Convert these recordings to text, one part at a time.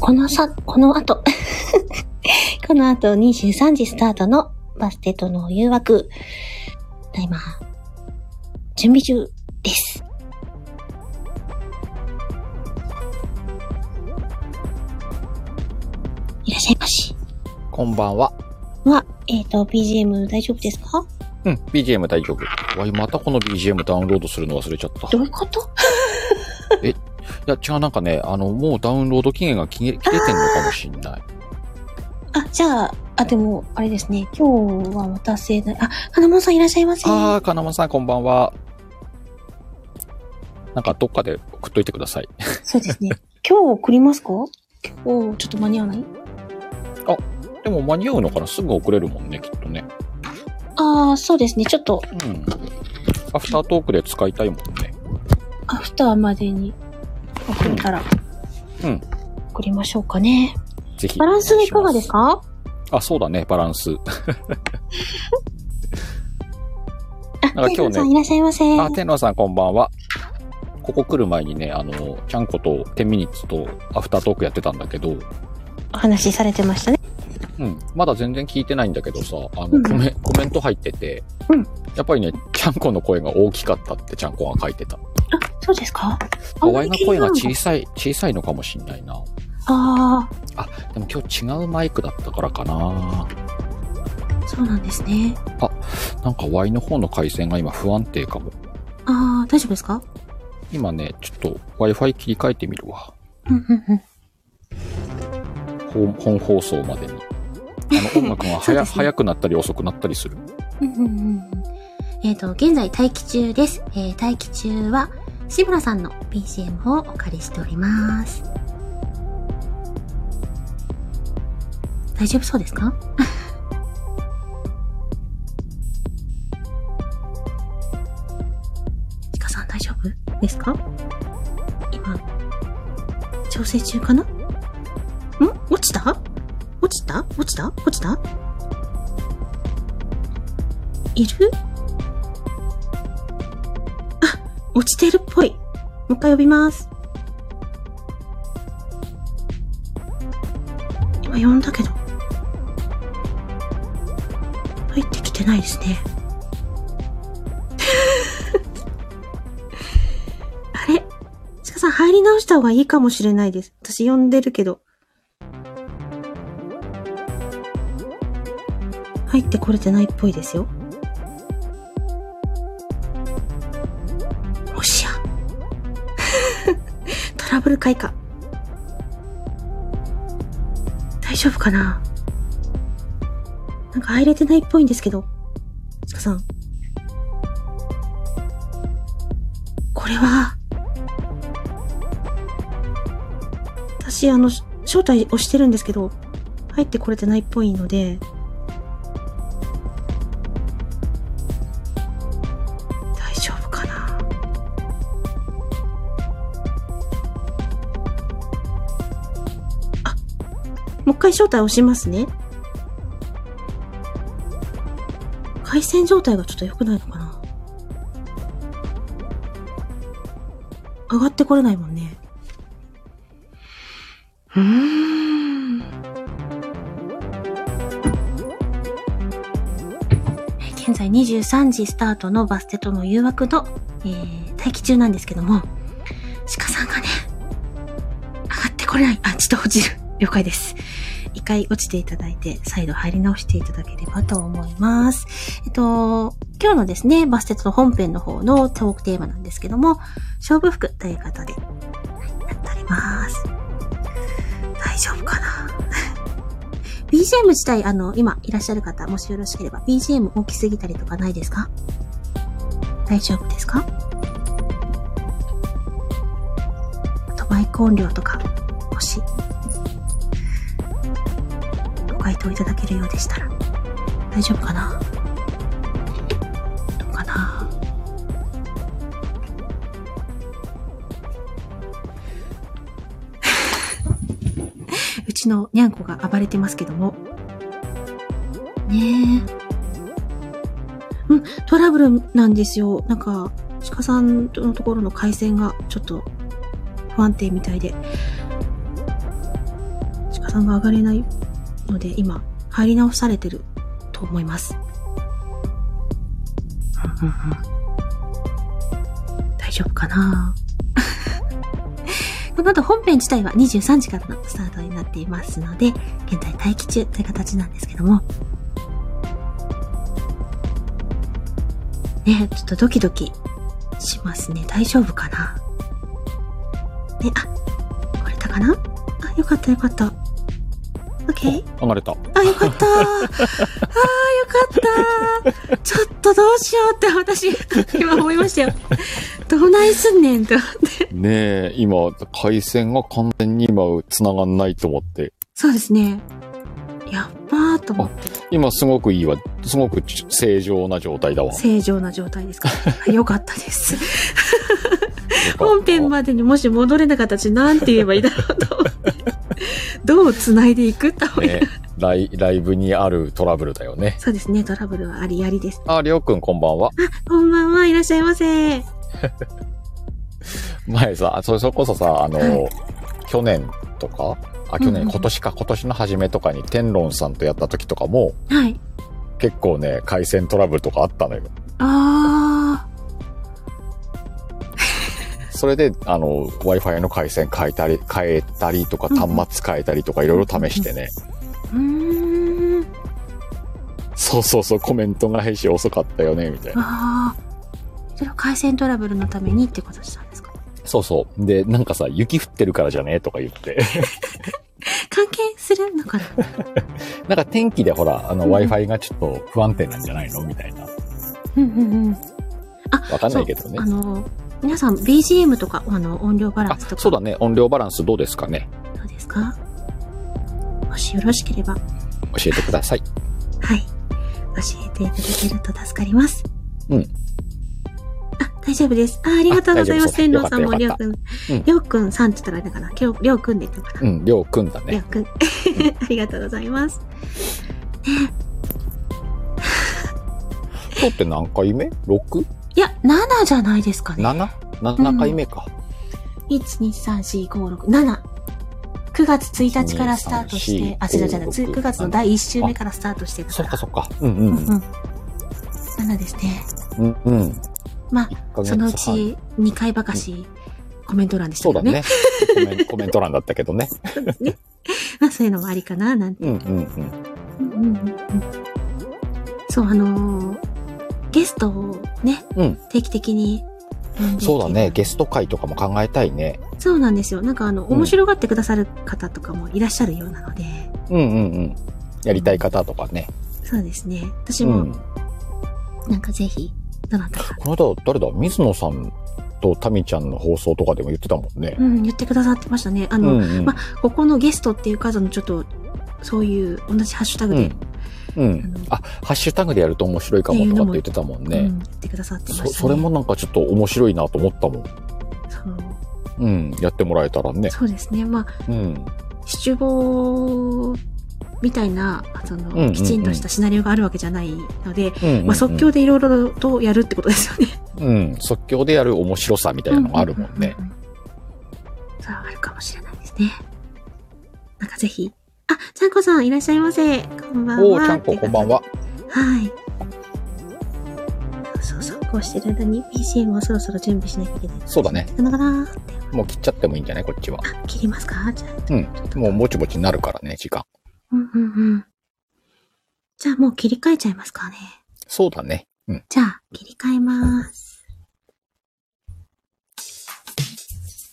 このさ、この後 この後23時スタートのバステとの誘惑、ただいま、準備中です。いらっしゃいまし。こんばんは。は、えっ、と、BGM 大丈夫ですかうん、BGM 大丈夫。わい、またこの BGM ダウンロードするの忘れちゃった。どいういうことや、違う、なんかね、あの、もうダウンロード期限が切れ切れてんのかもしんない。あ、じゃあ、あ、でも、あれですね。今日は渡せない。あ、花門さんいらっしゃいませ。あー、金間さんこんばんは。なんかどっかで送っといてください。そうですね。今日送りますか今日、ちょっと間に合わないでも間に合うのかなすぐ送れるもんね、きっとね。ああ、そうですね。ちょっと、うん。アフタートークで使いたいもんね。アフターまでに送れたら、うん送りましょうかね。ぜひ。バランスいかがですかあ、そうだね、バランス。あ、なんかテ今日ねイラさんいらっしゃいませ。あ、天皇さんこんばんは。ここ来る前にね、あの、ちゃんこと10ミニッツとアフタートークやってたんだけど、お話しされてましたね。うん、まだ全然聞いてないんだけどさ、あの、うんコメコメント入ってて、うんやっぱりね、ちゃんこの声が大きかったってちゃんこが書いてた。あ、そうですかあんおまりいの気に声ながらなかっ小さい、小さいのかもしんないな。たあでも今日違うマイクだったからかな。あ、そうなんですね。なんか Y の方の回線が今不安定かも。ああ、大丈夫ですか今ね、ちょっと Wi-Fi 切り替えてみるわ。うんうんうん。本本放送までに。 あの音楽がそう早,、ですね早くなったり遅くなったりする。うんうんうんうんえっ、と、現在待機中です。えー待機中は、志村さんの BGM をお借りしております。大丈夫そうですか ちかさん大丈夫ですか今、調整中かなん落ちた落ちた落ちた落ちたいるあ、落ちてるっぽい。もう一回呼びます。今呼んだけど。入ってきてないですね。 あれちかさん入り直した方がいいかもしれないです。私呼んでるけど。入ってこれてないっぽいですよ。もしや。 トラブル開花。大丈夫かななんか入れてないっぽいんですけど。つかさん。これは。私、あの、し招待押してるんですけど、入ってこれてないっぽいので、大丈夫かなあもう一回招待押しますね回線状態がちょっと良くないのかな上がってこれないもんねうーん現在23時スタートのバステとの誘惑の、えー待機中なんですけども、鹿さんがね、上がってこれない。あ、ちょっと落ちる。了解です。一回落ちていただいて、再度入り直していただければと思います。えっと、今日のですね、バステとの本編の方のトークテーマなんですけども、勝負服ということで、はいなっております。大丈夫かな BGM 自体、あの、今いらっしゃる方、もしよろしければ、BGM 大きすぎたりとかないですか大丈夫ですかあと、マイク音量とか、もし、ご回答いただけるようでしたら、大丈夫かなどうかな うちのにゃんこが暴れてますけども。ねえ。うん、トラブルなんですよ。なんか、鹿さんのところの回線がちょっと不安定みたいで。さんが上がれないので、今、入り直されてると思います。うんうんうん大丈夫かな この後本編自体は23時からのスタートになっていますので、現在待機中という形なんですけども。ねちょっとドキドキしますね。大丈夫かなね、あ、来れたかなあ、よかったよかった。OK? 上がれた。あ、よかった。ああ、よかった。ちょっとどうしようって私、今思いましたよ。どないすんねんって。ねえ、今、回線が完全に今、繋がんないと思って。そうですね。やっばーと思って今、すごくいいわ。すごく正常な 状態だわ。正常な状態ですから。よかったです。本編までにもし戻れなかったちなんて言えばいいだろうと思って。どう繋いでいくと思いねライ、 ライブにあるトラブルだよね。そうですね。トラブルはありありです。あ、りょうくんこんばんは。こんばんはいらっしゃいませ。前さ、そそれこそさ、あの、は去年とか、あ、去うんうんう年、ん今年か、今年の初めとかに天論さんとやった時とかも、はい。結構ね、回線トラブルとかあったのよ。あそれで、あの、Wi-Fi の回線変えたり、変えたりとか、うんうん端末変えたりとか、いろいろ試してね。ー。うーん。そうそうそう、コメントが返信遅かったよね、みたいな。ああ。それは回線トラブルのためにってことしたんですかそうそう。で、なんかさ、雪降ってるからじゃねとか言 って。関係するのかななんか天気でほら、あの、うん Wi-Fi がちょっと不安定なんじゃないのみたいな。うんうんうん。わかんないけどねあ。の、皆さん BGM とか、あの、音量バラあンスと、か、そうだね。音量バランスどうですかねどうですかもしよろしければ、教えてください。はい。教えていただけると助かります。うん。あ、大丈夫です。あ、ありがとうございまあす。大天丈夫皇さんも、りよょかうっくんよかったうん。りょうくんさんって言ったらあれだから、きょうりょうくんでいいのかなうん、りょうくんだりょねう。くん。 ありがとうございます。今日って何回目 ?6?7?7 いや、7じゃないですかね。回目か。 1,2,3,4,5,6,7 9月1日からスタートして、1 2 3 4 5 6あ、違う違う違う、 7 9月の第1週目からスタートしてたそっかかそっか。うんら。ううんうんん。7ですね。うん。うんうん。まあ、 1ヶ月そのう半ち2回ばかしコメント欄でしたそうけどだね。ね。コメンコ メント欄だったけどね。まあ、 そういうのもありかな、なんて。うんうんううん。んうんうんうんそう、あのーゲストをね、うん定期的に呼んでいけばそうだね。ゲスト会とかも考えたいね。そうなんですよ。なんかあの、うん面白がってくださる方とかもいらっしゃるようなので、うんうんうん。やりたい方とかね。そうですね。私うもん。なんかぜひ、どなたか。この間、誰だ水野さんとタミちゃんの放送とかでも言ってたもんねう。ん、言ってくださってましたね。あうの、んうん。まここのゲストっていう方のちょっと、そういう同じハッシュタグうでん、。うん。あ、ハッシュタグでやると面白いかもとかって言ってたもんうねん。言ってくださってました、そね。それもなんかちょっと面白いなと思ったもん。そう。うん。やってもらえたらね。そうですね。まあ、うん。七五みたいな、その、うんうんうんきちんとしたシナリオがあるわけじゃないので、うん。まあ、即興でいろいろとやるってことですよね。うん。即興でやる面白さみたいなのがあるもんねう。うううんうん。それはあるかもしれないですね。なんかぜひ。あ、ちゃんこさんいらっしゃいませ。こんばんは。おー、ちゃんここんばんは。はい。そうそうそう、こうしてる間に BCM をそろそろ準備しなきゃいけない。そうだね。なかなかって。もう切っちゃってもいいんじゃないこっちは。あ、切りますかじゃあ。うん。もうもちもちになるからね、時間。うんうんうん。じゃあもう切り替えちゃいますかね。そうだね。うん。じゃあ、切り替えます。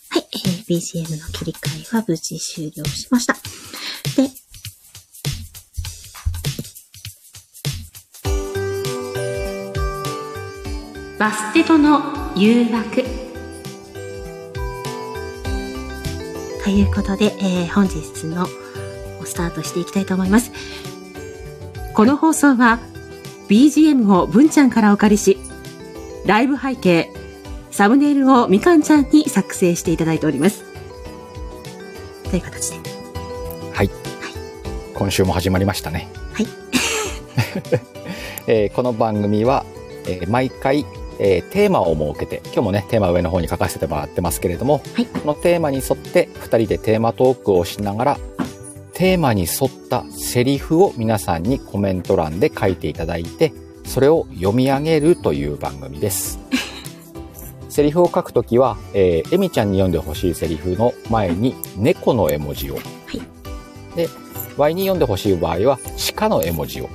はい、えー BGM の切り替えは無事終了しました。で、バステとの誘惑。ということで、えー本日のスタートしていきたいと思います。この放送は、BGM を文ちゃんからお借りし、ライブ背景、サムネイルをみかんちゃんに作成していただいております。という形で。今週も始まりましたね。はい。 えーこの番組は、えー毎回、えーテーマを設けて、今日もね、テーマ上の方に書かせてもらってますけれども、はいこのテーマに沿って2人でテーマトークをしながら、テテーマに沿ったセリフを皆さんにコメント欄で書いていただいて、それを読み上げるという番 組です。セリフを書くときは、えー、エミちゃんに読んでほしいセリフの前に猫の絵文字を。で、Y に読んでほしい場合は鹿の絵文字を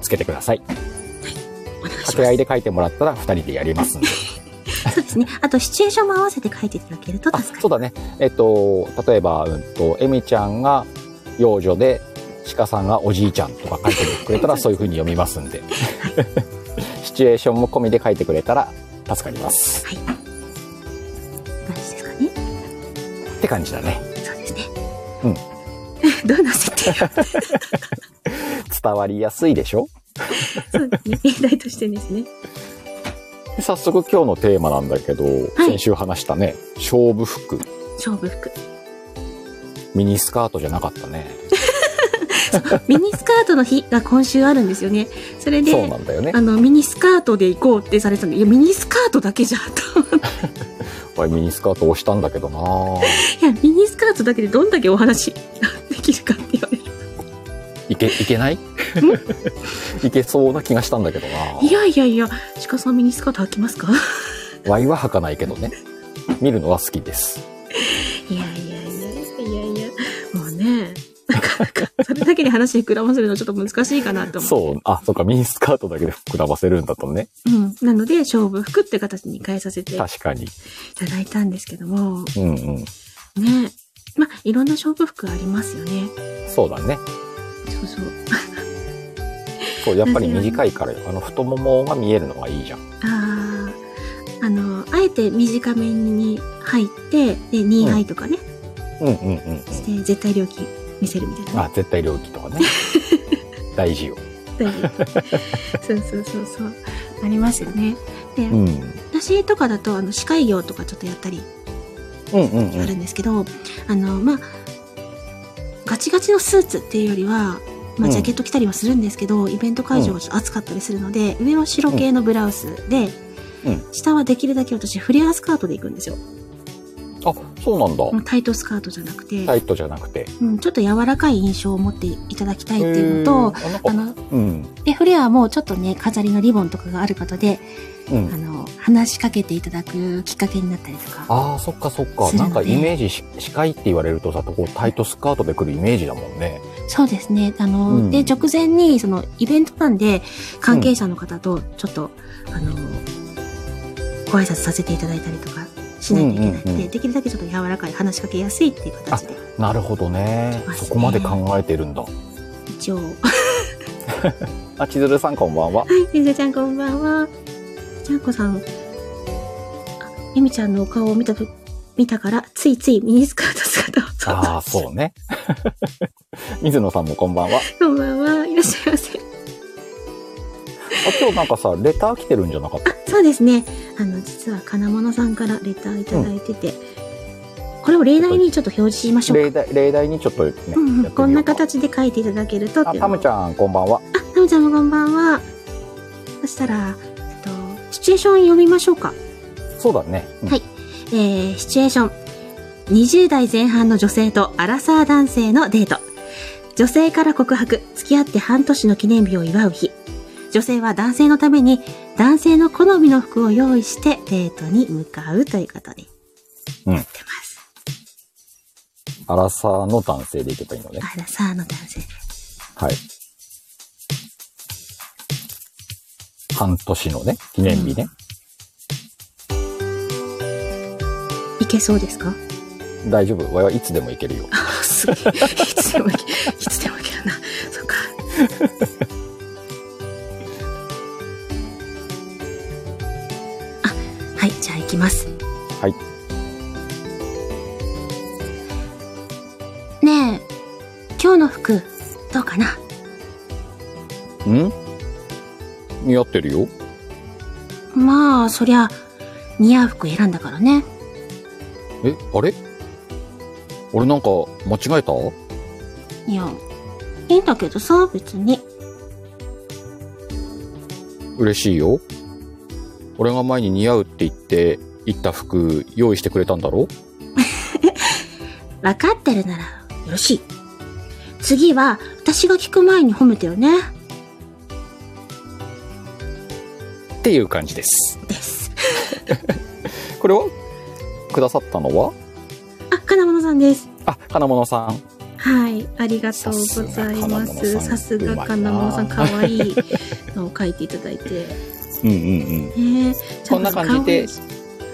つけてください。お願いし掛けま合いで書いてもらったら2人でやり ますんで。す。そうですね。あと、シチュエーションも合わせて書いていただけるとあ助かそうだねえっと例えば、うん、とエミちゃんが幼女で鹿さんがおじいちゃんとか書いてくれた らそういう風に読みますんで シチュエーションも込みで書いてくれたら助かりまする。はい。大事ですかね。って感じだねそうですね。うん。 どうな設定よ。伝わりやすいでしょそうですね。例題としてですね。で早速今日のテーマなんだけど、い先週話したね勝負服勝負服。ミニスカートじゃなかったねミニスカートの日が今週あるんですよね。それそうで、なんだよねあの、ミニスカートで行こうってされてたの。いや、ミニスカートだけじゃ、と思って俺ミニスカート押したんだけどないや、ミニスカートだけでどんだけお話 できるかって言われる。いけい けないいけそうな気がしたんだけどないやいやいや、鹿さんミニスカート履きますか ワイは履かないけどね。見るのは好きです。いやいやいや、いやいや、もうね、なかなか、それだけで話膨らませるのはちょっと難しいかなと思う。そう。あ、そうか、ミニスカートだけで膨らませるんだとね。うん。なので、勝負服って形に変えさせていた確かに。だいたんですけども、うんうん。ね。まあ、いろんな勝負服ありますよね。そうだね。そうそう。そう、やっぱり短いからよ。あの、太ももが見えるのがいいじゃん。あーあの、あえて短めに入って、で、2杯とかね、うんうんうんうん。して、絶対料金見せるみたいなね。あ、絶対領域とか ね。大事よ。そうそうそうそう。ありますよね。で、うん。うん私とかだと、あの、歯科医業とかちょっとやったりうんうあん。るんですけど、あの、まあ、ガチガチのスーツっていうよりは、まうあ、んジャケット着たりはするんですけど、イベント会場がちょっと暑かったりするので、上は白系のブラウスで、うん下はできるだけ私フレアスカートで行くんですよ。あ、そうなんだ。もうタイトスカートじゃなくて、タイトじゃなくて。うん、ちょっと柔らかい印象を持っていただきたいっていうのと、へー、ああなんかの、うん。で、フレアはもうちょっとね、飾りのリボンとかがあることで、うんあ。の、話しかけていただくきっかけになったりとか。ああ、そっかそっか。するなのんでかイメージし、視界って言われるとさ、こうタイトスカートで来るイメージだもんね。そうですね。あの、うんで、直前に、その、イベントなんで、関係者の方と、ちょっと、あの、ご挨拶させていただいたりとか、しないといけないので、うんうんうんできるだけちょっと柔らかい、話しかけやすいっていう形で、なるほどね来。ますねそこまで考えてるんだ。一応。 はあ、千鶴さんこんばんは。い、りさちゃんこんばんは。ちゃんこさん、あゆみちゃんのお顔を見たと、見たから、ついついミニスカート姿を想像 ああ、そうね。 水野さんもこんばんは。あ、 こんばんは。いらっしゃいませ。今日なんかさ、レター来てるんじゃなかっ。あそうですね。あの、実は金物さんからレターいただいてて、これを例題にちょっと表示しましたょう例題、例題にちょっとね、か。うんうやん、ってこみんようなか。形で書いていただけるとっあ、ていうタムちゃん、こんばんは。ん。あ、タムちゃんもこんばんは。そしたら、えっと、シチュエーション読みましょうか。そうだね。うんはいえー、シチュエーション。20代前半の女性とアラサー男性のデート。女性から告白、付き合って半年の記念日を祝う日。女性は男性のために男性の好みの服を用意してデートに向かうということで。うんやってます。アラサーの男性でいけばいいのね。アラサーの男性。はい。半年のね、記念日ね。いけそうですか大丈夫。俺はいつでもいけるよ。すげえ。いつでもいけ、いつでもいけるな。そっか。あ、はい、じゃあ行きます。はい。ねえ、今日の服、どうかなうん似合ってるよ。まあ、そりゃ、似合う服選んだからね。え、あれ俺なんか間違えたいや、いいんだけどさ、別に。嬉しいよ。俺が前に似合うって言って、行った服用意してくれたんだろわかってるなら、よろしい。次は、私が聞く前に褒めてよね。っていう感じです。です。これはくださったのはあ、金物さんです。あ、金物さん。はい、ありがとうございます。ささすすがが金金物さ物さん、ん可愛いのを書いていただいて。うんうんうん。ねえこんな感じでちゃ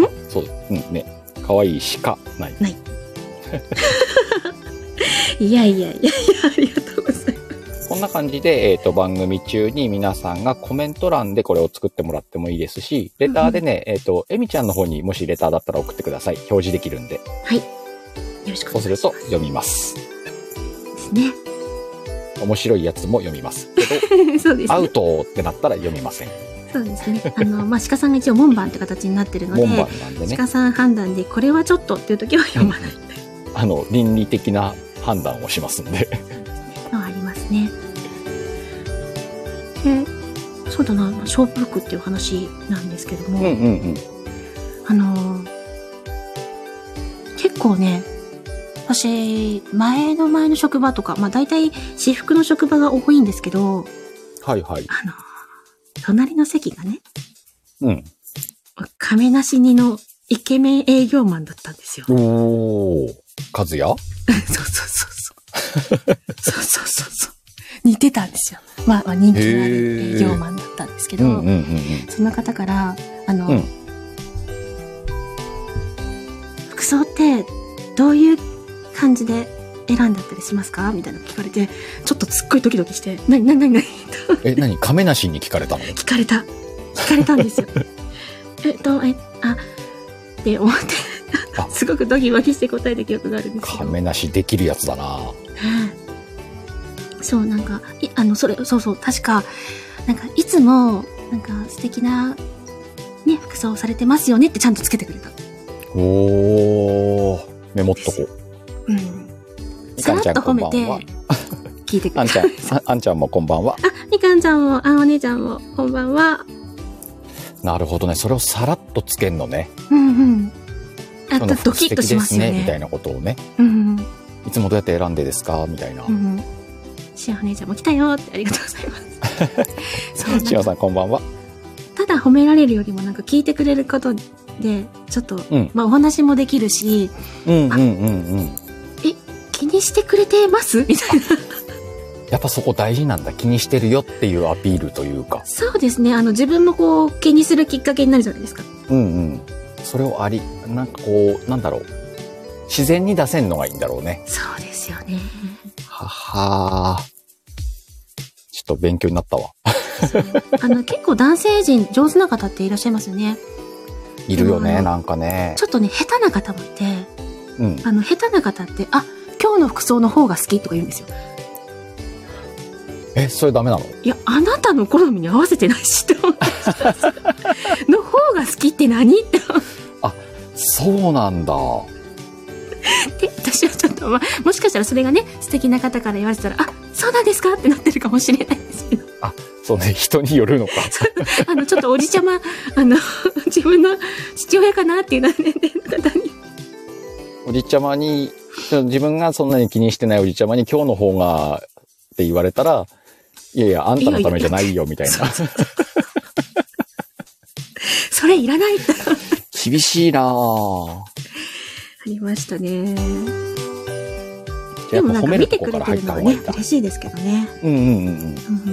んとそう、うんね。可愛いしかない。可愛いいやいやいやいや、ありがとうございまこんな感じで、えっ、と、番組中に皆さんがコメント欄でこれを作ってもらってもいいですし、レターでね、えっ、と、えみちゃんの方にもしレターだったら送ってください。表示できるんで。す。よろしくそおうす願いるしまと読みます。すね。面白いやつも読みます。けど、そう ですアウね。トってなったら読みません。そうですね。あの、まあ、鹿さんが一応門番って形になってるので、門番なんでね鹿、さん判断で、これはちょっとっていう時は読まないあの、倫理的な判断をしますので。のはありますね。で、そうだな、まあショープ服っていう話なんですけども、うんうんうん。あのー結構ね、私、前の前の職場とか、まあ大体私服の職場が多いんですけど、はいはい。あのー隣の席がね、うん。亀梨にのイケメン営業マンだったんですよ。おー。和也そうそうそうそう。そうそうそうそう。似てたんですよ。まあ、まあ、人気のある営業マンだったんですけど、うんうんうんうん。その方から、あの、うん服装ってどういう感じで選んだったりしますかみたいなの聞かれて、ちょっとすっごいドキドキして、なになになになにとえ、何亀梨に聞かれたの聞かれた。聞かれたん ですよ。えっと、え、あ、って思って、あ すごくドキドキして答えた記憶があるんですけど。亀梨できるやつだなはいそう、なんか、い、あの、それ、そうそう、確か、なんか、いつも、なんか、素敵な、ね、服装をされてますよねってちゃんとつけてくれた。おー。メモっとこう。うん。みさかんちらゃっんとこ褒んめばんはて。、聞いてくあれんちた。ゃん、ああんちゃんもこんばんは。みかんちゃんも、あ、お姉ちゃんも、こんばんは。なるほどね。それをさらっとつけんのね。うんうん。あ今日と、のド服キ素ッと敵しでますすよね。みたね。いなことをね。うんうん。いつもどうやって選んでですかみたいなう。んうん。しお姉ちゃんも来たよって、ありがとうございます。 そうなんかしおさんこんばんは。ただ褒められるよりも、なんか聞いてくれることで、ちょっと、うんまあ、お話もできるし、うんうんうんうん。気にしてくれてますみたいな。やっぱそこ大事なんだ。気にしてるよっていうアピールというか。そうですね。あの、自分もこう、気にするきっかけになるじゃないですか。うんうん。それをあり、なんかこう、なんだろう。自然に出せんのがいいんだろうね。そうですよね。ははーちょっと勉強になったわ。 あの、結構男性陣上手な方っていらっしゃいますよね。いるようね、んなんかねち。ょっとね、下手な方もいて、うん。あの、下手な方って、あ、今日の服装の方が好きとか言うんですよ。え、それダメなのいや、あなたの好みに合わせてないしって思って の方が好きって何って思っそうなんだ。て、私はちょっと、まあ、もしかしたらそれがね、素敵な方から言われてたら、あ、そうなんですかってなってるかもしれないですけど。 そうね、人によるのか。あの、ちょっとおじちゃま、あの、 自分の父親かなっていう年 齢の方に。 おじちゃまに、自分がそんなに気にしてないおじちゃまに今日の方がって言われたら、いやいや、あんたのためじゃないよ、みた いな。それいらないって。 あ厳しいなぁ。りましたね。じでゃあもやなんっかぱ褒める見とてこくかれらて入っるたのは方がいね、いんだ。嬉しいですけどね。うんうんうんうん。う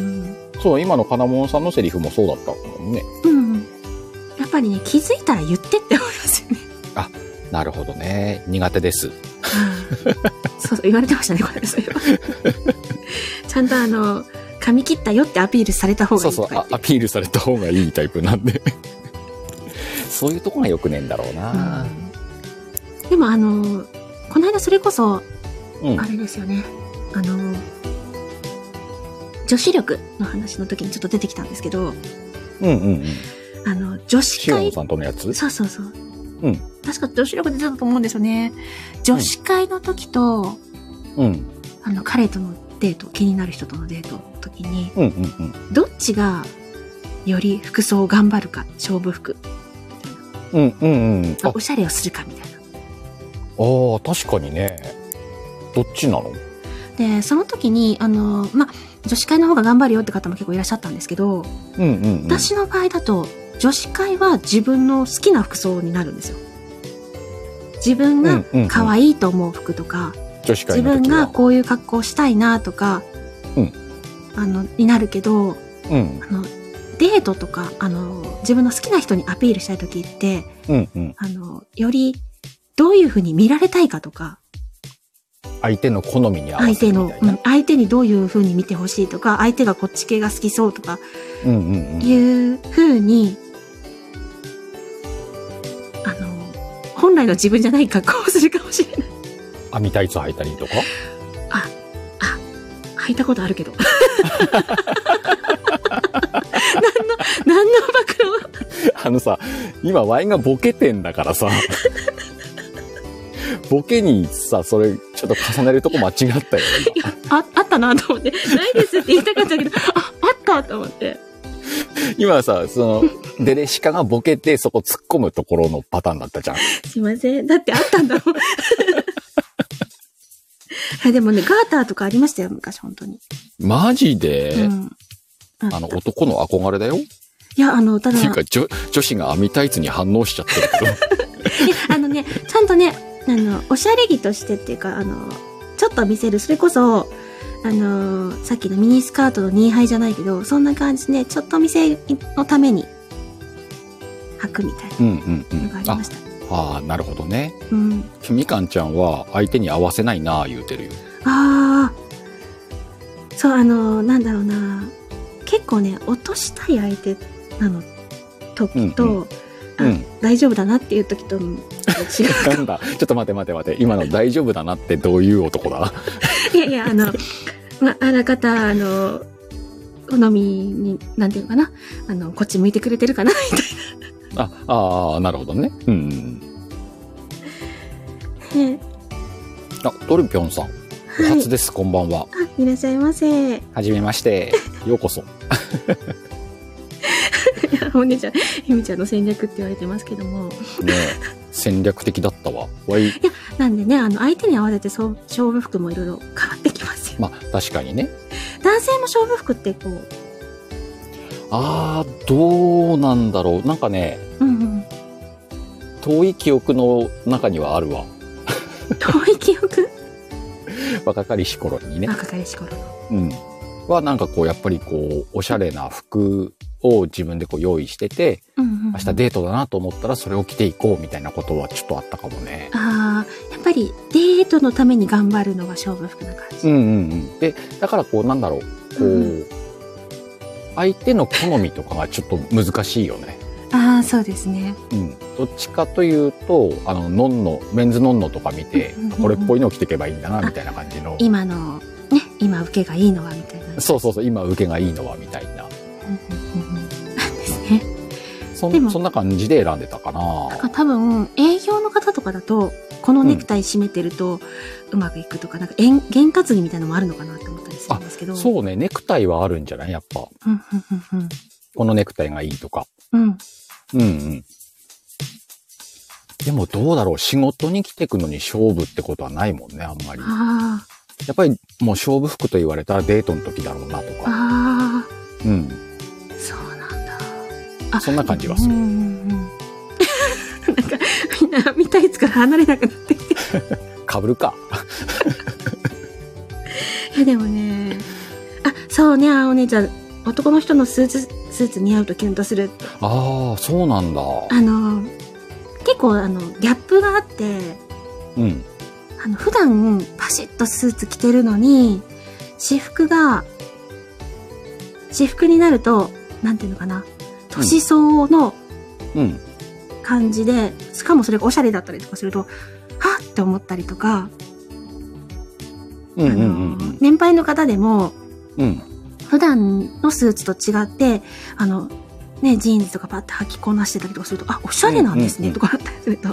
んそう、今の金物さんのセリフもそうだったもんね。うん。うん。やっぱりね、気づいたら言ってって思います よね。なるほどね。苦手です。そうそう、言われてましたね、これ。それはちゃんとあの、髪切ったよってアピールされた方がそいういそとうか言あって。アピールされた方がいいタイプなん で。そういうとこがよくねえんだろうなうんでもあの、この間それこそ、うん。あれですよね。あの、女子力の話の時にちょっと出てきたんですけど、うんうんうん。あの、女子シオン会、さんとのやつそうそうそう。うん確か女子力出てたと思うんですよね。女子会の時と、うん。あの、彼とのデート、気になる人とのデートの時に、うんうんうん。どっちがより服装を頑張るか、勝負服、うんうんうん。あおしゃれをするかみたいな。ああ、確かにね。どっちなので、その時に、あの、ま、女子会の方が頑張るよって方も結構いらっしゃったんですけど、うんうん、うん。私の場合だと、女子会は自分の好きな服装になるんですよ。自分うがんうんうん可愛いと思う服とか、女子会自の分時がは。こういう格好したいなとか、うんあの、になるけど、うあんの、デートとか、あの、自分の好きな人にアピールしたい時って、うんうん。あの、より、どういうふうに見られたいかとか、相手の好みに合わ相せ手るのみたい、うんな。相手にどういうふうに見てほしいとか、相手がこっち系が好きそうとか、うんうんうん。いうふうに、あの、本来の自分じゃない格好をするかもしれない。網タイツ履いたりとか。履いたことあるけど。 何の、何の暴露 あのさ、今ワインがボケてんだから さ。ボケにさ、それ、ちょっと重ねるとこ間違ったよ、いやあ、あったなと思って、ないですって言いたかったけど、あ、あったと思って。今。今さ、その、デレシカがボケて、そこ突っ込むところのパターンだったじゃん。すいません。だってあったんだ もん。はいでもね、ガーターとかありましたよ、昔、本当に。マジで、うん。あの、男の憧れだよ。っいや、あの、たてだ、いうか、女、女子が網タイツに反応しちゃってるけど。いや あのね、ちゃんとね、あの、おしゃれ着としてっていうか、あの、ちょっと見せる、それこそ、あの、さっきのミニスカートのニーハイじゃないけど、そんな感じで、ね、ちょっと見せのために、履くみたい うんうんうなのがあん。りあま、した。ああ、なるほどね。うん。みかんちゃんは相手に合わせないなあ言うてるよ。ああ。そう、あの、なんだろうな。結構ね、落としたい相手なの時と、うんあうん大丈夫だなっていう時と違う。なんだちょっと待って待って待って。今の大丈夫だなってどういう男だいやいや、あの、ま、あらかた、あの、好みに、なんていうのかな。あの、こっち向いてくれてるかな、みあ、ああ、なるほどね。うんうん。たいな。ねあ、トルピョンさん。おはい初。です、こんばんは。あ、いらっしゃいませ。いはじめまして。ようこそ。や、お姉ちゃん、ゆみちゃんの戦略って言われてますけども。ねえ戦略的だったわ。わい。なんでね、あの、相手に合わせて、そう、勝負服もいろいろ変わってきますよ。まあ、確かにね。男性も勝負服って、こう、ああ、どうなんだろう。なんかね、うんうん、遠い記憶の中にはあるわ。遠い記憶若かりし頃にね。若かりし頃の。うん。は、なんかこう、やっぱりこう、おしゃれな服を自分でこう用意してて、うんうんうん明日デートだなと思ったらそれを着ていこうみたいなことはちょっとあったかもね。ああ、やっぱりデートのために頑張るのが勝負服な感じ。うんうんうん。で、だからこうなんだろう、こう、う相手の好みとかがちょっと難しいよね。ああ、そうですね。うん。どっちかというと、あの、ノンノ、メンズノンノとか見てうんうんうん、これっぽいの着てけばいいんだな、みたいな感じの。今の、ね、今受けがいいのはみたいな。うんそうそうそう、今受けがいいのは、みたいな。うんうんうんですね。そでもんそんな感じで選んでたかなだ。から多分、営業の方とかだと、このネクタイ締めてるとうまくいくとか、なんか円、験担ぎみたいなのもあるのかなって思ったりするんですけど。う。そうね、ネクタイはあるんじゃないやっぱ。うん、うん、うん、このネクタイがいいとか。うん。うん。うんうん。でもどうだろう仕事に来てくのに勝負ってことはないもんね、あんまり。あやっぱりもう勝負服と言われたらデートの時だろうなとあ、か。あうん。あ、そうなんだ。あそんな感じはするうんうん うんなんかみんな見たいつから離れなくなってきて。被るか。いやでもね、あそうね、あお姉ちゃん、男の人のスーツスーツ似合うとキュンとする。ああ、そうなんだ。あの結構あのギャップがあって、うん。あの普段パシッとスーツ着てるのに私服が私服になるとなんていうのかな、年相応のうん。感じで、しかもそれがおしゃれだったりとかすると、はっって思ったりとか、うんうんあの年配の方でも、うんうん。普段のスーツと違って、あの、ね、ジーンズとかパッて履きこなしてたりとかすると、あ、おしゃれなんですね、うんうんとかあったりすると。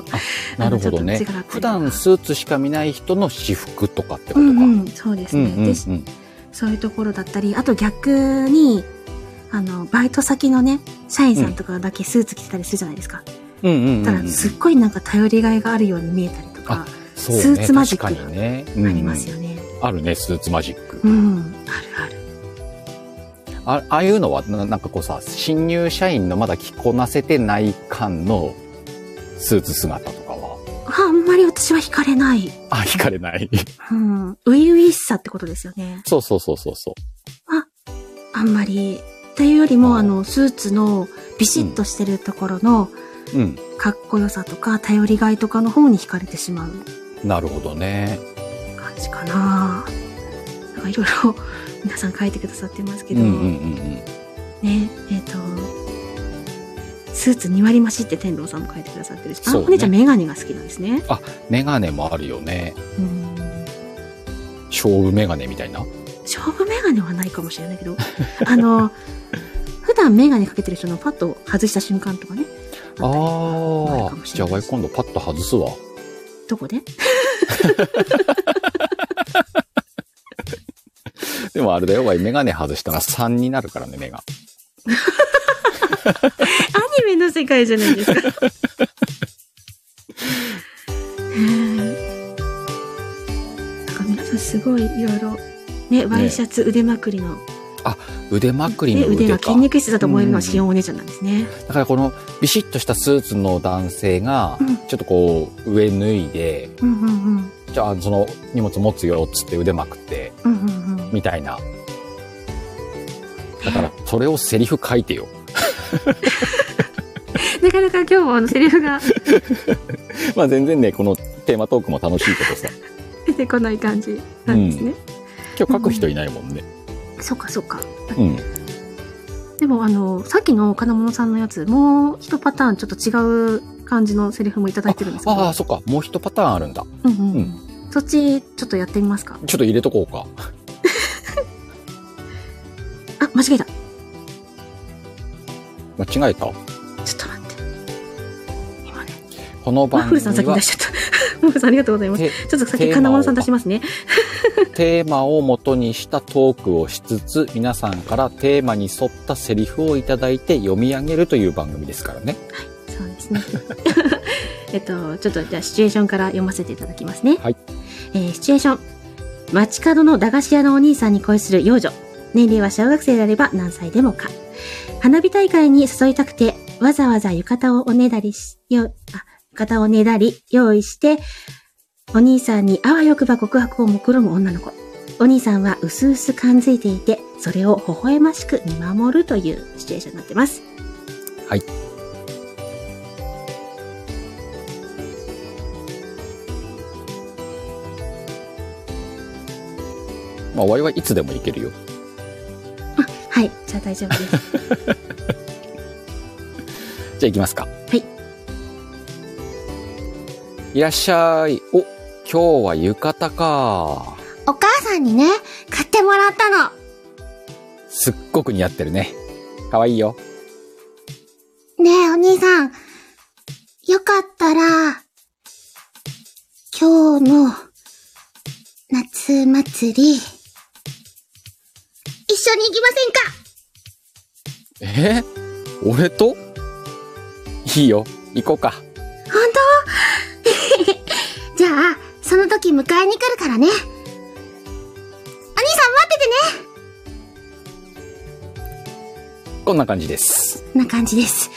なるあのちょほどねっと違ったりとか普段スーツしか見ない人の私服とかってことうか。んうん、そうですね、うんうんうで。んそういうところだったり、あと逆に、あの、バイト先のね、社員さんとかだけスーツ着てたりするじゃないですか。うんうんうんたうだ、ん。すっごいなんか頼りがいがあるように見えたりとか、そうねスーツマジック確かにね。ありますよね。うんうんあるね、スーツマジック。うん。あるある。あああいうのはななんかこうさ新入社員のまだ着こなせてない感のスーツ姿とかはああんまり私は惹かれない。あ惹かれないうん。初々しさってことですよね。 そうそうそうそうそうあんまり。っていうよりも、あーあの、スーツのビシッとしてるところのうんかっこよさとか、頼りがいとかの方に惹かれてしまうなるほどね感じかな。なんかいろいろ皆さん書いてくださってますけうど、んうんうんうんね、えっ、と、スーツ2割増しって天童さんも書いてくださってるし、あ、そうねお姉ちゃんメガネが好きなんですね。メガネもあるよねうん。勝負メガネみたいな勝負メガネはないかもしれないけど、あの、 普段メガネかけてる人のパッと外した瞬間とかね。あああったりとかもるかもしじれゃなあいワイ今度パッと外すわどこででもあれだよワイメガネ外したら3になるからね目がアニメの世界じゃないですか。なんか皆さんすごいいろいろ。ね、ワイシャツ腕まくりの。腕まくりでの腕腕がか筋肉質だと思えるのはシオンお姉ちゃんなんですね。だからこのビシッとしたスーツの男性がうんちょっとこう上脱いでうんうんうん。じゃあその荷物持つよっつって腕まくってうんうんうん。みたいな。だから、それをセリフ書い てよ。なかなか今日もあのセリフがまあ全然ね、このテーマトークも楽しいけどさ、出てこない感じなんですね。今日書く人いないもんね。そっかそっか。うん。でもあの、さっきの金物さんのやつ、もう一パターンちょっと違う感じのセリフもいただいてるんですけど。ああ、そっか、もう一パターンあるんだ。うんうんう。うんそっちちょっとやってみますか。ちょっと入れとこうか。あ、間違えた。間違えちたょっと待って。今ね、このワッ番フルさ組ん先には出、しちゃった。 ワッフルさんありがとうございます。テちょっと先テーマを金物さん出しますね。テーマを元にしたトークをしつつ、皆さんからテーマに沿ったセリフをいただいて読み上げるという番組ですからね。そうですね。 えっと、ちょっとじゃあシチュエーションから読ませていただきますね。はい。えーシチュエーション。街角の駄菓子屋のお兄さんに恋する幼女。年齢は小学生であれば何歳でもか。花火大会に誘いたくて、わざわざ浴衣をおねだりし、よ、あ、浴衣をねだり、用意して、お兄さんにあわよくば告白を目論む女の子。お兄さんは薄々感づいていて、それを微笑ましく見守るというシチュエーションになってます。まあ、我々いつでもいけるよ。はい、じゃあ大丈夫です。。じゃあ行きますか。はいいらっしゃい。お、今日は浴衣か。お母さんにね、買ってもらったの。すっごく似合ってるね。かわいいよ。ねえ、お兄さん。よかったら、今日の夏祭り、一緒に行きませんかえ俺といいよ。行こうか。じゃあ、その時迎えに来るからね。お兄さん待っててねこんな感じです。こんな感じです。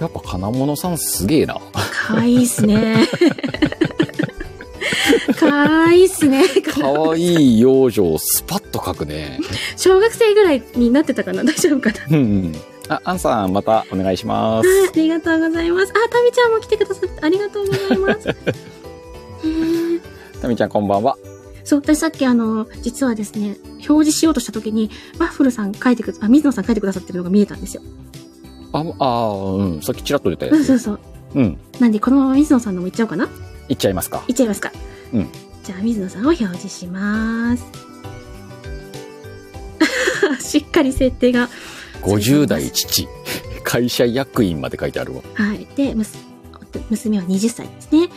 やっぱ金物さんすげえな。かわいいっす ね。かわいいっすね。かわいい養生をスパッと描くね。小学生ぐらいになってたかな大丈夫かなうんうん。あ、アンさんまたお願いしまはいす。ありがとうございます。あ、タミちゃんも来てくださってありがとうござい ます。へータミちゃんこんばんは。そう、私さっきあの、実はですね、表示しようとした時に、ワッフルさん書いてくだ、あ、水野さん書いてくださってるのが見えたんですよ。あ、あーうん。さっきちらっと出たそやうそうつ。そう。うん。なんで、このまま水野さんのもいっちゃおうかな行っちゃいますか。いっちゃいますか。うんじゃあ、水野さんを表示します。 しっかり設定が。 50代父、会社役員まで書いてあるわ。はい。で、むす娘は20歳ですね。うん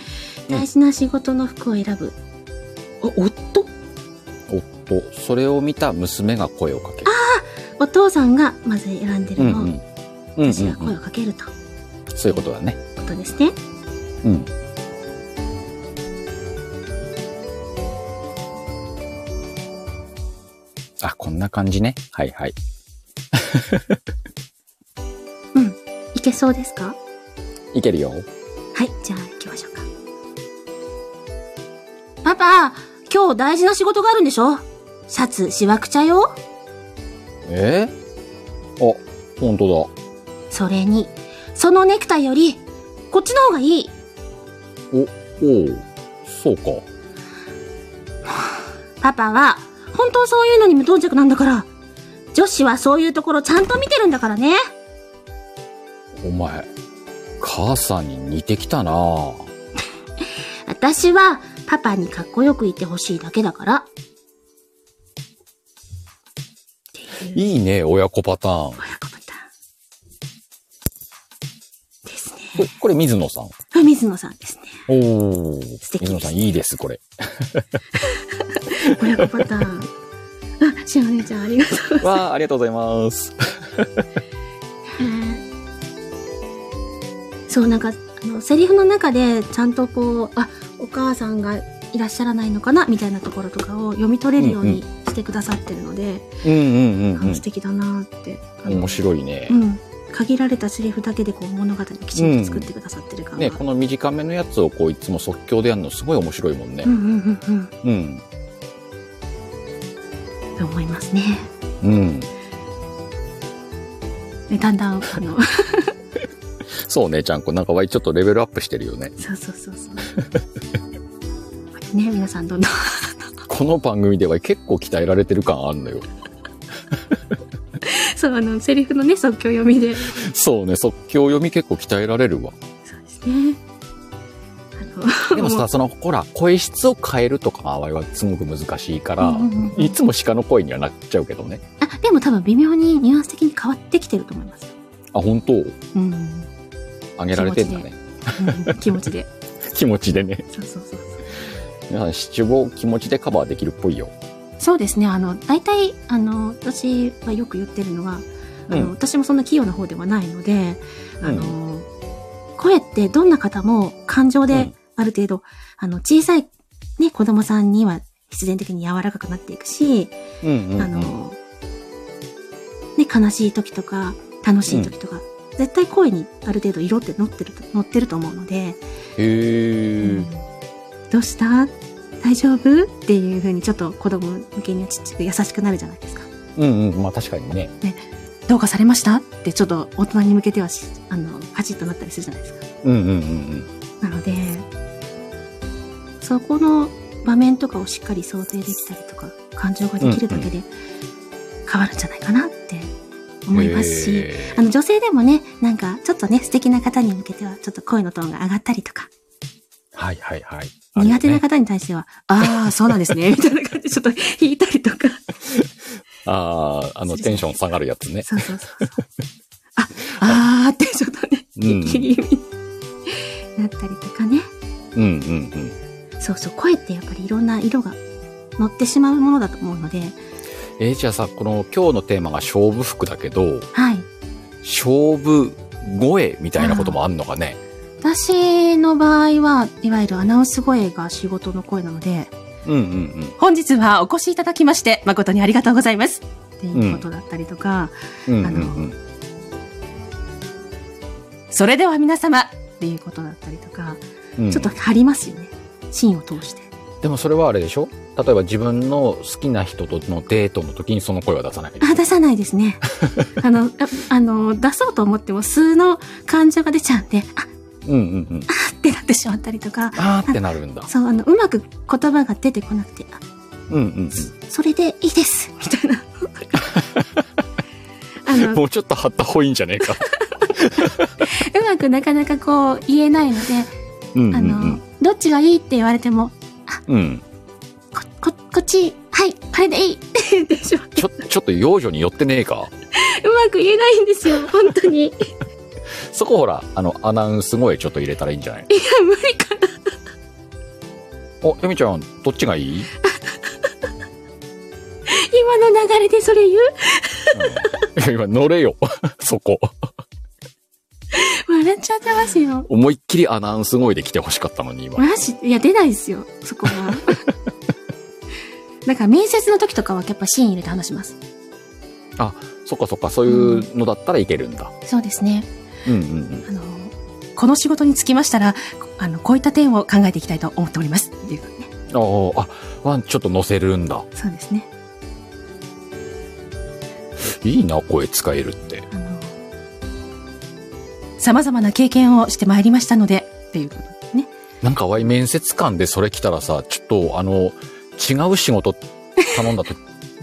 大事な仕事の服を選ぶ。お、夫おっと、それを見た娘が声をかける。お父さんがまず選んでるうんのを、うん。うんうん、私がう声ん。をかけるというそういうことだね。ことですね。うん。あ、こんな感じね。はいはい。いけそうですかいけるよ。はい、じゃあ行きましょうか。パパ、今日大事な仕事があるんでしょシャツ、しわくちゃよえー、あ、ほんとそれに、そのネクタイより、こっちの方がいい。だ。おう、そうか。パパは、本当そういうのに無頓着なんだから。女子はそういうところちゃんと見てるんだからね。お前、母さんに似てきたな私は、パパにかっこよくいてほしいだけだから。っていういいね、親子パターン。こ親子パターン。ですね。れ、これ水野さん。あ水野さんですね。おー、素敵です水野さんいいで す、これ。親子パターン。あ、しおねちゃんありがとう。わあ、ありがとうございます。そう、なんか、あの、セリフの中で、ちゃんとこう、あ、お母さんがいらっしゃらないのかな、みたいなところとかを読み取れるようにしてくださってるので、うんうんうあんの素敵だなって。あうん。の面白いねう。ん。限られたセリフだけで、こう、物語をきちんと作ってくださってる感が。ね、この短めのやつをこういつも即興でやるのすごい面白いもんねう。んうんうんうん。うん。と思いますね。うん。でだんだん、あの、 そうね、ちゃんこ。なんかわいちょっとレベルアップしてるよね。そうそうそう そう。こうやってね、皆さんどんどんこの番組では結構鍛えられてる感あるのよ。そうあのセリフのね即興読みでそうね、即興読み結構鍛えられるわ。そうですねあのでもさ、その、ほら、声質を変えるとかは、我々はすごく難しいから、うんうんうんいつも鹿の声にはなっちゃうけどね。あでも多分微妙にニュアンス的に変わってきてると思いますあ、本当うん、あげられてんだね。うん気持ちで気持ちでね。そうそうそうそう皆さん、七五気持ちでカバーできるっぽいよ。そうですねあの大体あの私はよく言ってるのはあの、うん私もそんな器用な方ではないのであの、う声ってどんな方も感情うでんある程度、あの小さい、ね、子供さんには必然的に柔らかくなっていくし、うんうん、うん。あの、ね、悲しい時とか、楽しい時とか、絶対声にある程度色って乗ってると、乗ってると思うので、へえ、うんどうした大丈夫っていう風にちょっと子供向けにはちっちゃく優しくなるじゃないですか。うんうん。まあ確かにね。どうかされましたってちょっと大人に向けてはし、あの、パチッとなったりするじゃないですか。うんうんうんなので、そこの場面とかをしっかり想定できたりとか、感情ができるだけで変わるんじゃないかなってうん。思いますし、へーあの女性でもね、なんかちょっとね、素敵な方に向けては、ちょっと声のトーンが上がったりとか、はいはいはい。苦手なあるよね方に対しては、 ああ、そうなんですね、みたいな感じでちょっと引いたりとか。あー、あの、テンション下がるやつね。そうそうそうそう。あ、あーってちょっとね、うん激気味になったりとかね。うんうんうん。そうそう、声ってやっぱりいろんな色が乗ってしまうものだと思うので、えーじゃあさ、この今日のテーマが勝負服だけど、はい。勝負声みたいなこともあんのかね。私の場合は、いわゆるアナウンス声が仕事の声なので、うんうん本日はお越しいただきまして、誠にありがとうございます。っていうことだったりとか、うん。うんあうのんうん。それでは皆様っていうことだったりとか、うんちょっと張りますよね。芯を通して。でもそれはあれでしょ例えば自分の好きな人とのデートの時にその声は出さない。あ、出さないです ね。あの、ああの、出そうと思っても素の感情が出ちゃうんで、あうんうんうん。ってなってしまったりとか、あーってなるんだ。そう、あの、うまく言葉が出てこなくて、あ、うんうんそれでいいですみたいな。あうん。の、 もうちょっと張った方がいいんじゃねえか。うまくなかなかこう言えないので、うん うあんうのん。、どっちがいいって言われても、うん。こ、こ、こっち、はい、これでいいって言ってしまう。ちょ、ちょっと幼女に寄ってねえか。うまく言えないんですよ、本当に。いや、そこほら、あの、アナウンス声ちょっと入れたらいいんじゃない 無理かな。お、エミちゃん、どっちがいい 今の流れでそれ言ういや今乗れよ。 そこ。笑っちゃってますよ。思いっきりアナウンス声で来てほしかったのに、今。マジいや、出ないですよ、そこは。だから面接の時とかはやっぱシーン入れて話します。そっかそっか、そういうのだったらいけるんだ。そうですね。うんうんうん。あの、この仕事につきましたら、こあの、こういった点を考えていきたいと思っております。っていうね。おーあ、ワンちょっと乗せるんだ。そうですね。いいな、声使えるって。あの、様々な経験をしてまいりましたので、っていうことですね。なんかわい面接官でそれ来たらさ、ちょっとあの、違う仕事頼んだと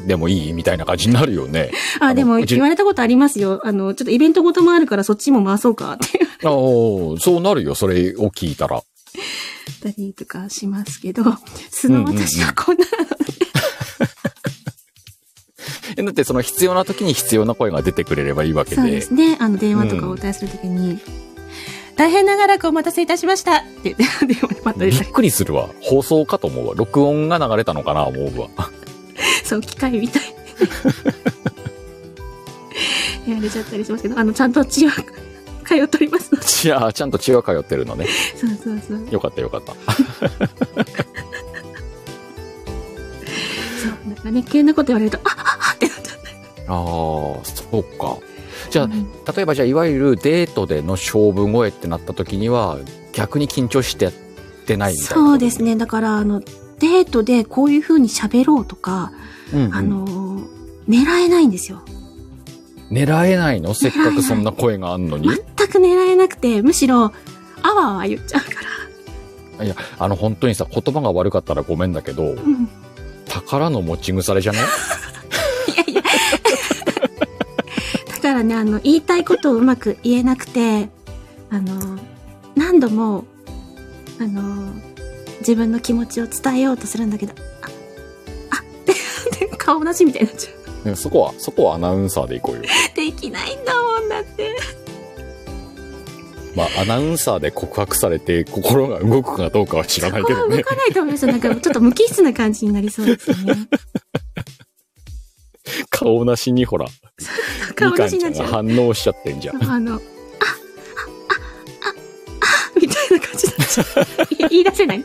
でもいい みたいな感じになるよね。あ、のでもうち言われたことありますよ。あの、ちょっとイベントごともあるからそっちも回そうかって言ああ、そうなるよ、それを聞いたら。ったりとかしますけど、素の私はこんな、えだってその必要な時に必要な声が出てくれればいいわけそうでで。すね。あの、電話とかお応対するときに、大変長らくお待たせいたしましたって言 って、電話でパッとび出たっり、くりするわ。放送かと思うわ。録音が流れたのかな、思うわ。 そう、機械みたいに やれちゃったりしますけど、あの、ちゃんと血は通っておりますので。ちゃ、ちゃんと血は通ってるのね。そうそうそう。よかったよかった。そう、なんかね、急なこと言われると、あああってなっちゃったり。ああ、そうか。じゃあ、うん例えばじゃあいわゆるデートでの勝負声ってなった時には逆に緊張してやってないみたいなそうです、ね。だから、あの、デートでこういう風に喋ろうとか、うんうんあのー、狙えないんですよ。狙えないのせっかくそんな声があんのに 全く狙えなくて、むしろ、あわあわ言っちゃうから。いやあの本当にさ言葉が悪かったらごめんだけどうん宝の持ち腐れじゃ ないいやいや。だからね、あの、言いたいことをうまく言えなくて、あの、何度も、あの、自分の気持ちを伝えようとするんだけど、あ、あ、って、 で顔なしみたいになっちゃう。ねそこはそこはアナウンサーでいこうよできないんだもんだって。まあアナウンサーで告白されて心が動くかどうかは知らないけそこはど動ねかないと思いますよ。なんか、ちょっと無機質な感じになりそうですよ ね。顔なしにほらみ顔かなんしにちなゃっんちゃがう。反応しちゃってんじゃんあの、あ、あ、あ、あ、あ、みたいな感じになっちゃう。 いや言い出せない。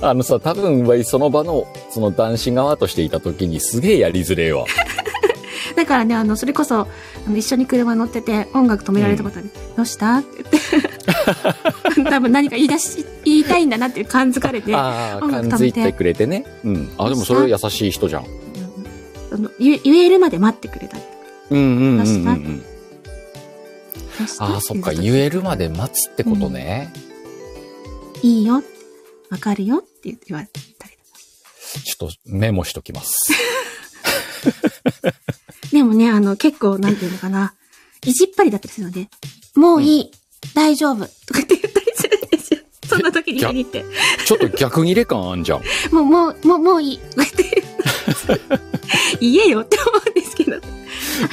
あのさ、多分、わいその場の、その男子側としていた時にすげえやりづれえわ。だからね、あの、それこそ、あの、一緒に車乗ってて、音楽止められたことある。どうしたって言って。多 分何か言い出し、言いたいんだなっていう感づかれて、あああ、音楽止めて感づいてくれてね。うん。あ、でもそれ優しい人じゃん。の言言えるまで待ってくれたり。うんうんうんうんう確ん。どうしたああ、そっか、て言うえるまで待つってことね。こといいよ。わかるよって言われたり。ちょっとメモしときます。でもね、あの、結構、なんていうのかな。意地っぱりだったりするので、もういい。大丈夫。とかって言ったりするんです よ。そんな時に限って。ちょっと逆切れ感あんじゃ ん。もう、もう、もう、もういい。とかって 言う言えよって思うんですけど。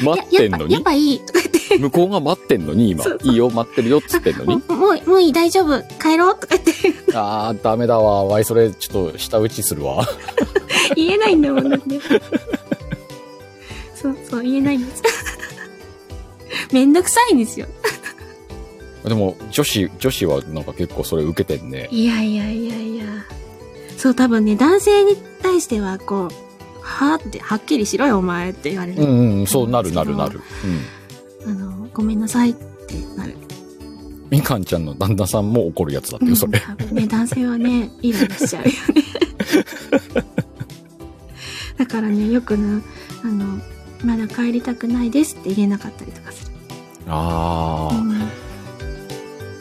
待ってんのいややっぱやっに。ぱいいとか言って向こうが待ってんのに、今そう。いいよ、待ってるよっつっ てんのに。もうもうもういい大丈夫帰ろうとか言って ああ、ダメだわ。わい、それ、ちょっと、舌打ちするわ。言えないんだもん だってそうそう言えないんです めんどくさいんですよでも、女子、女子はなんか結構それ受けてんね。いやいやいやいやそう多分ね男性に対してはこう「は」って「はっきりしろよお前」って言われうる、んうん、そうなるなるなる。うん。あのごめんなさいってなるみかんちゃんの旦那さんも怒るやつだってよ、それ。うん多分ね、男性はね、イライラし ちゃうよね。だからね、よくな、あの、まだ帰りたくないですって言えなかったりとかする。あうあ、ん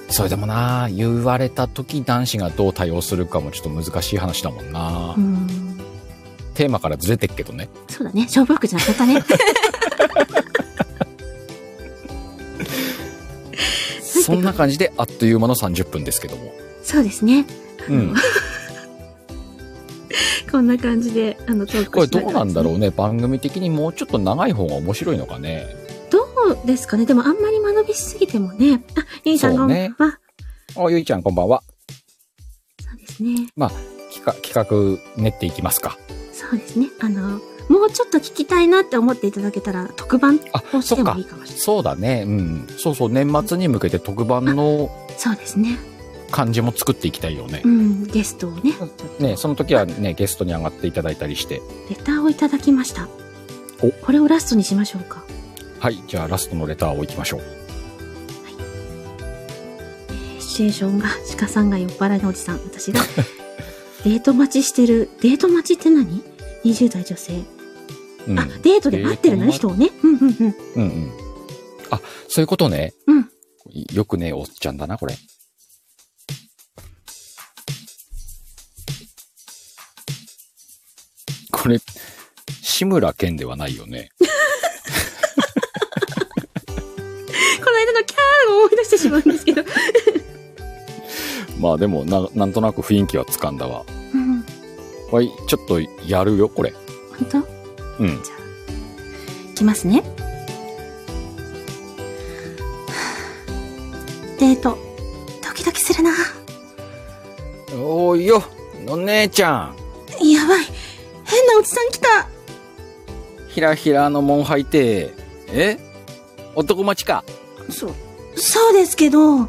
それでもな、言われた時男子がどう対応するかもちょっと難しい話だもんな。うん。テーマからずれてっけどね。そうだね、勝負服じゃなかった ね。そんな感じであっという間の30分ですけども。そうですね。うん。こんな感じで、あの、トークこれどうなんだろううね。番組的にもうちょっと長い方が面白いのかね。どうですかねでもあんまり間延びしすぎてもね。あ、ゆいさんそこうんばねんは。お、ゆいちゃんこんばんは。そうですね。企画、企画練っていきますか。そうですね。あの、もうちょっと聞きたいなって思っていただけたら、特番あをしそてっもかいい。かもしれない。そうだね。うん。そうそう。年末に向けて特番のそうですね。感じも作っていきたいよねう。ん、ゲストをね、ね、その時はね、ゲストに上がっていただいたりして。レターをいただきました。おこれをラストにしましょうか。はい、じゃあラストのレターを行きましょう。シチュエーションが鹿さんが酔っ払いのおじさん私 がデート待ちしてるデート待ちって何 ?20 代女性、うん。うあんデートで待ってるのねデート人をねうんうんうんうん。あ、そういうことね。うんよくね、おっちゃんだな、これ。これ、志村けんではないよね。この間のキャーを思い出してしまうんですけどまあでもな、なんとなく雰囲気はつかんだわ。うんはい、ちょっとやるよ、これ。本当うん。じゃあ、いきますね。 デート、ドキドキするな。おーいよ、お姉ちゃん。やばい。変なおじさん来た。ひらひらのもん履いて、え男待ちか。そ、そうですけど、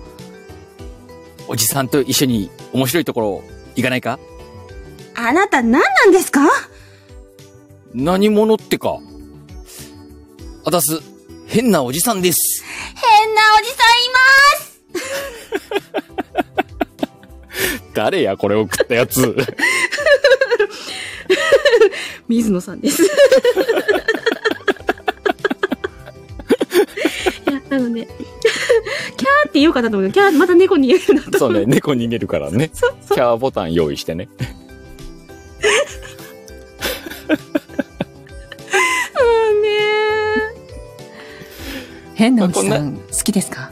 おじさんと一緒に面白いところ行かないかあなた何なんですか何者ってか。あたす、変なおじさんです。変なおじさんいま誰や、これ送ったやつ。水野さん です。いや、あのね、キャーって言おうかなと思うけど、キャー、また猫に言えるな と。そうね、猫逃げるからね。 そうキャーボタン用意してね。そうね。変なおじさん、好きですか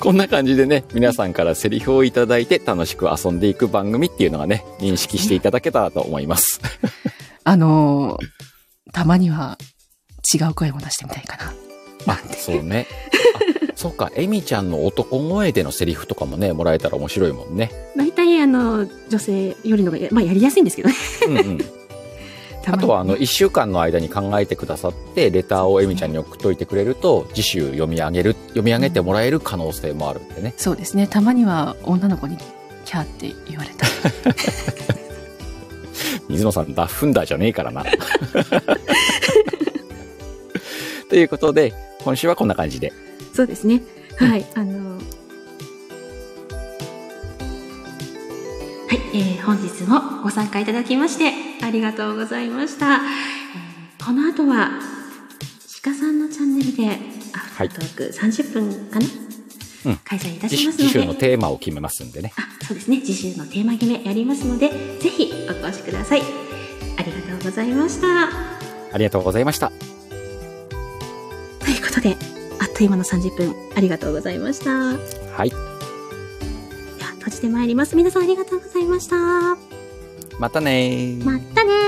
こんな感じでね、皆さんからセリフをいただいて楽しく遊んでいく番組っていうのがね、認識していただけたらと思います。あのー、たまには違う声も出してみたいかな。 あ、そうね。あそうか、エミちゃんの男声でのセリフとかもね、もらえたら面白いもんね。大体、あの、女性よりのがや、まあ、やりやすいんですけどね。うんうん。たまあにとは、あの、一週間の間に考えてくださって、レターをエミちゃんに送っといてくれると、次週読み上げる、読み上げてもらえる可能性もあるんでね。そうですね。たまには女の子にキャーって言われた。水野さん、ダッフンダーじゃねえ からな。ということで、今週はこんな感じで。 そうですね。はい、あの。はい、えー本日もご参加いただきまして、ありがとうございました。えーこの後は、鹿さんのチャンネルで、アフタートーク30分かな、うん開催いた次し週ます次週のので、テーマを決めますんでね。あ、そうですね、次週のテーマ決めやりますので、ぜひお越しください。ありがとうございました。ありがとうございました。ということで、あっという間の30分、ありがとうございました。はい。では閉じてまいります皆さんありがとうございましたままたねー。たねー